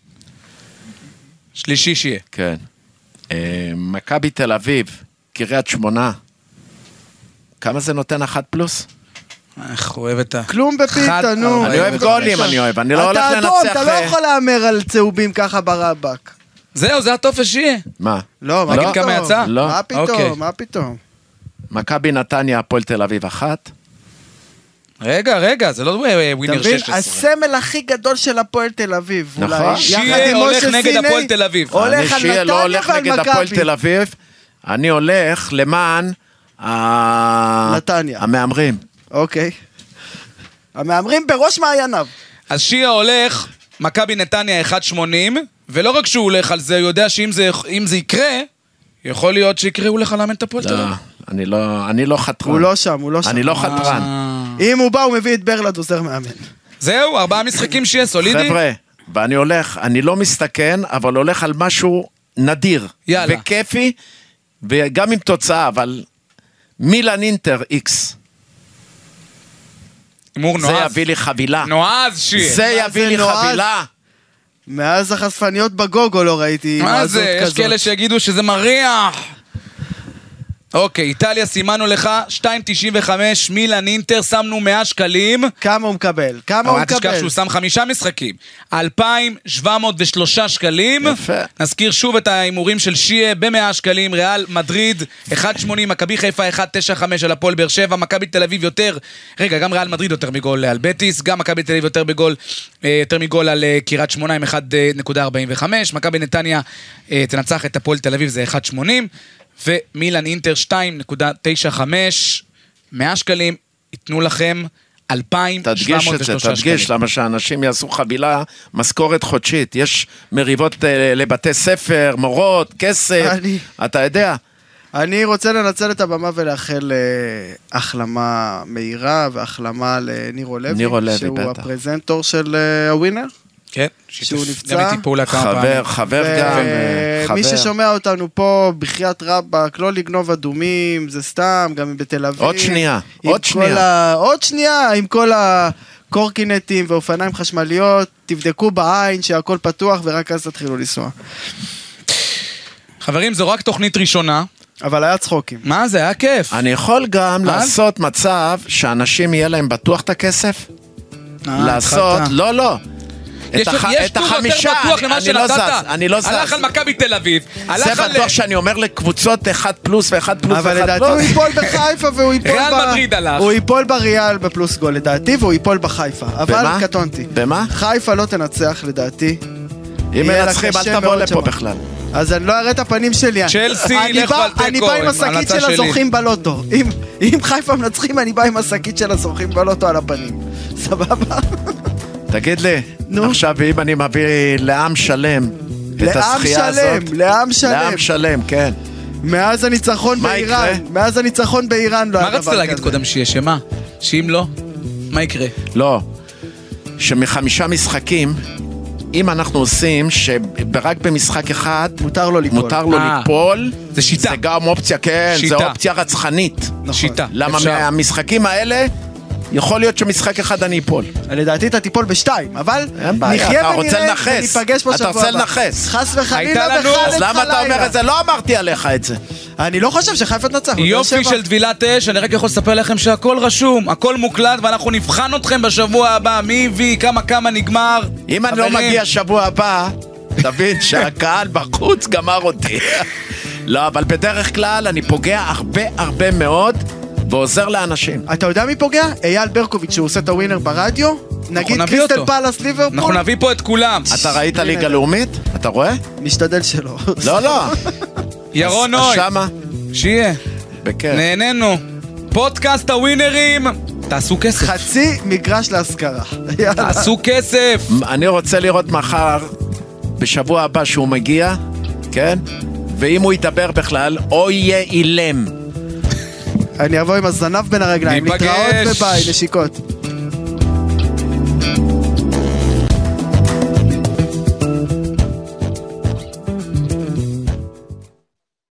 שלישי שיהיה. כן. אה, מכבי תל אביב, קריית שמונה. כמה זה נותן אחת פלוס? איך אוהב את ה... כלום בפיתה, אה, נו. אני אוהב גולים, אני אוהב, אני לא הולך אתה לנצח... אדום, אתה לא אה, יכול להמר על צהובים ככה ברבק. זהו, זה הטופס שיהיה. מה? לא, מה נגיד פתאום? כמה יצא? לא. מה אוקיי. פתאום? מה פתאום? מכבי נתניה, הפועל תל אביב, אחת. רגע, רגע, זה לא אה, אתה ווינר מבין? 16. הסמל הכי גדול של הפועל תל אביב. נכון. אולי. שיהיה יחד עם הולך משה נגד סיני, הפועל תל אביב. הולך אני על שיהיה לא נתניה הולך ועל נגד הפועל מכבי. תל אביב, אני הולך למען ה- נתניה. המהמרים. אוקיי. המהמרים בראש מעייניו. אז שיה הולך, מכבי נתניה 1.80, ולא רק שהוא הולך על זה, הוא יודע שאם זה- אם זה יקרה, יכול להיות שיקראו לך לאמן את הפועל לא, תל אביב. אני לא- אני לא חתרן. הוא לא שם, הוא לא שם. אני לא חתרן. אה. אם הוא בא, הוא מביא את ברלד עוזר מאמן. זהו, ארבעה משחקים שיהיה סולידי. חבר'ה, ואני הולך, אני לא מסתכן, אבל הולך על משהו נדיר. יאללה. וכיפי, וגם עם תוצאה, אבל מילן אינטר איקס. הימור זה נועז. יביא לי חבילה. נועז שיהיה. זה מה יביא זה לי נועז? חבילה. מאז החשפניות בגוגו לא ראיתי מה מעזות זה? יש כזאת. כאלה שיגידו שזה מריח. אוקיי, איטליה סימנו לך 2.95, מילאן אינטר, שמנו 100 שקלים. כמה הוא מקבל? כמה הוא אבל אל תשכח מקבל? שהוא שם חמישה משחקים. 2,703 שקלים. יפה. נזכיר שוב את ההימורים של שיה ב-100 שקלים, ריאל, מדריד, 1.80, מכבי חיפה 1.95 על הפועל באר שבע, מכבי תל אביב יותר, רגע, גם ריאל מדריד יותר מגול על בטיס, גם מכבי תל אביב יותר בגול, אה, יותר מגול על אה, קריית שמונה עם 1.45, מכבי נתניה אה, תנצח את הפועל תל אביב זה 1.80, ומילן אינטר 2.95, 100 שקלים, ייתנו לכם 2,703 שקלים. תדגיש את זה, תדגיש, למה שאנשים יעשו חבילה, משכורת חודשית. יש מריבות אה, לבתי ספר, מורות, כסף, אני- אתה יודע. אני רוצה לנצל את הבמה ולאחל אה, החלמה מהירה והחלמה לנירו לוי, נירו לוי, שהוא בטח. הפרזנטור של אה, הווינר. כן, שהוא שיתף נפצע. גם איתי פעולה כמה פעמים. חבר, חבר ו- גם, אה, אה, מי חבר. ששומע אותנו פה, בחייאת רבאק, לא לגנוב אדומים, זה סתם, גם בתל אביב. עוד שנייה, עם עוד כל שנייה. ה- עוד שנייה, עם כל הקורקינטים ואופניים חשמליות, תבדקו בעין שהכל פתוח ורק אז תתחילו לנסוע. חברים, זו רק תוכנית ראשונה. אבל היה צחוקים. מה זה, היה כיף. אני יכול גם אז? לעשות מצב שאנשים יהיה להם בטוח את הכסף? אה, לעשות, התחלת. לא, לא. יש- את הח- יש את טור יותר החמישה, בטוח אני- למה אני לא זז, שנתת. אני לא זז. הלך על מכבי תל אביב. הלך זה על בטוח שאני אומר לקבוצות אחד פלוס ואחד פלוס אבל ואחד לדעתי הוא פלוס. ייפול בחיפה והוא ייפול ב... ריאל מדריד הלך. הוא ייפול בריאל בפלוס גול לדעתי והוא ייפול בחיפה. במה? אבל קטונתי. במה? חיפה לא תנצח לדעתי. אם יהיה לה מנצחים, קשה אל תבוא מאוד לפה שם. בכלל. אז אני לא אראה את הפנים שלי. צ'לסי, אני לכו בא- על תיקו, אני בא עם עם השקית ההמלצה של שלי. הזוכים בלוטו. אם- אם חיפה מנצחים, אני בא עם השקית של הזוכים בלוטו על הפנים. סבבה? תגיד לי, נו. עכשיו אם אני מביא לעם שלם את לעם הזכייה שלם, הזאת. לעם שלם. לעם שלם, כן. מאז הניצחון מה יקרה? באיראן, מאז הניצחון באיראן מה לא היה דבר כזה. רצית להגיד קודם שיהיה? שמה? שאם לא? מה יקרה? לא, שמחמישה משחקים, אם אנחנו עושים שרק במשחק אחד מותר לו ליפול. מותר לו אה. ליפול, זה שיטה. זה גם אופציה, כן, שיטה. זו אופציה רצחנית. נכון. שיטה. למה אפשר. מהמשחקים האלה, יכול להיות שמשחק אחד אני אפול. לדעתי אתה תיפול בשתיים, אבל אין בעיה, נחיה אתה רוצה ונראה, לנכס. וניפגש בשבוע אתה הבא. רוצה לנכס. חס וחלילה הייתה לנו- אז וחלץ למה אתה אומר את זה? לא אמרתי עליך את זה. אני לא חושב שחיפה תנצח. אבל באר יופי שבע- של טבילת אש, אני רק יכול לספר לכם שהכל רשום, הכל מוקלט ואנחנו נבחן אתכם בשבוע הבא, מי הביא, כמה כמה נגמר. אם אני לא חברים, מגיע שבוע הבא, *laughs* תבין שהקהל בחוץ גמר אותי. לא, אבל בדרך כלל אני פוגע הרבה הרבה מאוד ועוזר לאנשים. אתה יודע מי פוגע? אייל ברקוביץ', שהוא עושה את הווינר ברדיו. נגיד נביא קריסטל אותו. פאלאס אנחנו ליברפול. נביא פה את כולם. אתה ראית ליגה לאומית? אתה רואה? נשתדל שלא. לא, לא. ירון אז- אז נוי, שמה? שיהיה, בכיף. נהנינו. פודקאסט הווינרים, תעשו *laughs* כסף. חצי מגרש להשכרה. יאללה. תעשו כסף. אני רוצה לראות מחר, בשבוע הבא שהוא מגיע, כן? ואם הוא ידבר בכלל, או יהיה אילם. אני אבוא עם הזנב בין הרגליים. ניפגש. להתראות וביי, נשיקות.